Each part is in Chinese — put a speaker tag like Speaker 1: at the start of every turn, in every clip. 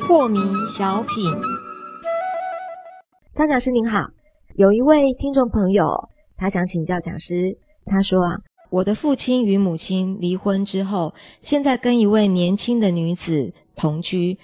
Speaker 1: 破迷小品，张讲师您好，有一位听众朋友，他想请教讲师，他说啊，我的父亲与母亲离婚之后，现在跟一位年轻的女子同居，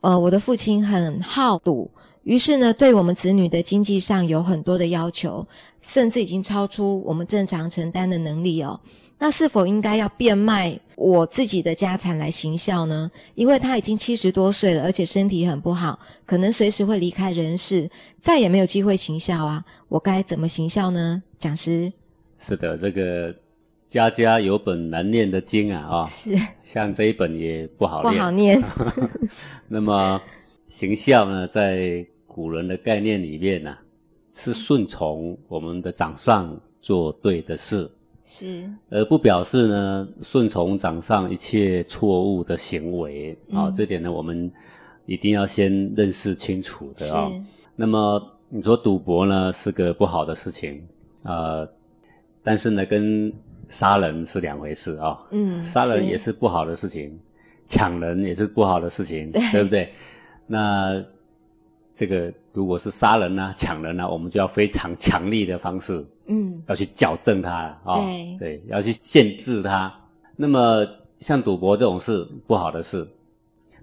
Speaker 1: 呃，我的父亲很好赌，于是呢，对我们子女的经济上有很多的要求，甚至已经超出我们正常承担的能力哦。那是否应该要变卖我自己的家产来行孝呢？因为他已经七十多岁了，而且身体很不好，可能随时会离开人世，再也没有机会行孝啊！我该怎么行孝呢？讲师
Speaker 2: 是的，这个家家有本难念的经啊，啊、
Speaker 1: 是
Speaker 2: 像这一本也不好
Speaker 1: 不
Speaker 2: 念。
Speaker 1: 好念，
Speaker 2: 那么行孝呢，在古人的概念里面呢、是顺从我们的长上做对的事，
Speaker 1: 是
Speaker 2: 而不表示呢顺从长上一切错误的行为啊、
Speaker 1: 嗯
Speaker 2: 这点呢，我们一定要先认识清楚的
Speaker 1: 是
Speaker 2: 啊、那么你说赌博呢是个不好的事情，呃，但是呢跟杀人是两回事啊、
Speaker 1: 嗯，
Speaker 2: 杀人也是不好的事情，抢人也是不好的事情，
Speaker 1: 对
Speaker 2: 不对？那这个如果是杀人啊、抢人啊，我们就要非常强力的方式
Speaker 1: 嗯，
Speaker 2: 要去矫正它啊、
Speaker 1: 对
Speaker 2: 对，要去限制它。那么像赌博这种事，不好的事。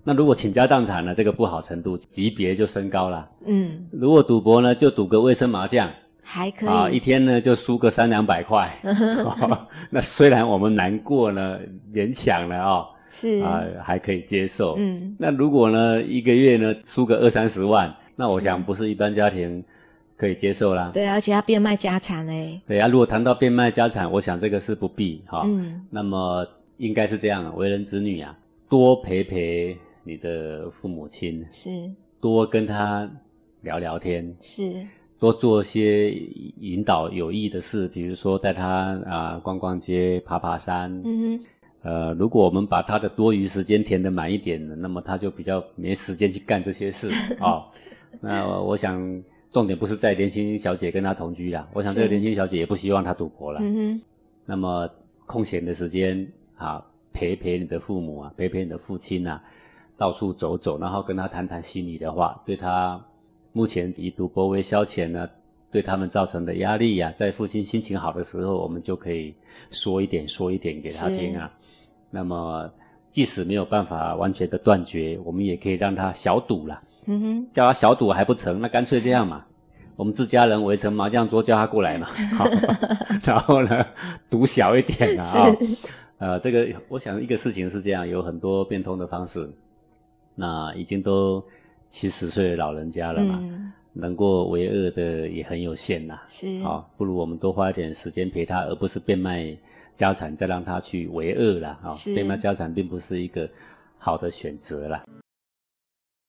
Speaker 2: 那如果倾家荡产呢，这个不好程度级别就升高了。
Speaker 1: 嗯，
Speaker 2: 如果赌博呢，就赌个卫生麻将
Speaker 1: 还可以，
Speaker 2: 啊，一天呢就输个三两百块。 哦那虽然我们难过呢，勉强了啊、
Speaker 1: 是
Speaker 2: 啊、还可以接受。
Speaker 1: 嗯，
Speaker 2: 那如果呢，一个月呢输个二三十万，那我
Speaker 1: 是
Speaker 2: 想不是一般家庭可以接受啦。
Speaker 1: 对，啊而且要变卖家产嘞，
Speaker 2: 对啊，如果谈到变卖家产，我想这个是不必哈、
Speaker 1: 嗯，
Speaker 2: 那么应该是这样，为人子女啊，多陪陪你的父母亲，
Speaker 1: 是
Speaker 2: 多跟他聊聊天，
Speaker 1: 是，
Speaker 2: 多做些引导有益的事，比如说带他啊、逛逛街、爬爬山，
Speaker 1: 嗯哼，
Speaker 2: 呃，如果我们把他的多余时间填得满一点，那么他就比较没时间去干这 些事啊、那我想，重点不是在年轻小姐跟他同居啦，我想这个
Speaker 1: 是
Speaker 2: 年轻小姐也不希望他赌博啦。
Speaker 1: 嗯
Speaker 2: 那么空闲的时间啊，陪陪你的父母啊，陪陪你的父亲啊，到处走走，然后跟他谈谈心里的话，对他目前以赌博为消遣呢，对他们造成的压力呀、在父亲心情好的时候，我们就可以说一点说一点给他听啊。那么即使没有办法完全的断绝，我们也可以让他小赌啦，
Speaker 1: 哼，嗯哼，
Speaker 2: 叫他小赌还不成，那干脆这样嘛，我们自家人围成麻将桌，叫他过来嘛， 好 然后呢，赌小一点啊、哦
Speaker 1: 是，
Speaker 2: 呃，这个我想一个事情是这样，有很多变通的方式。那已经都七十岁的老人家了嘛，
Speaker 1: 嗯，
Speaker 2: 能够为恶的也很有限呐、
Speaker 1: 是，
Speaker 2: 好、不如我们多花一点时间陪他，而不是变卖家产再让他去为恶啦。啊、
Speaker 1: 是
Speaker 2: 变卖家产并不是一个好的选择啦。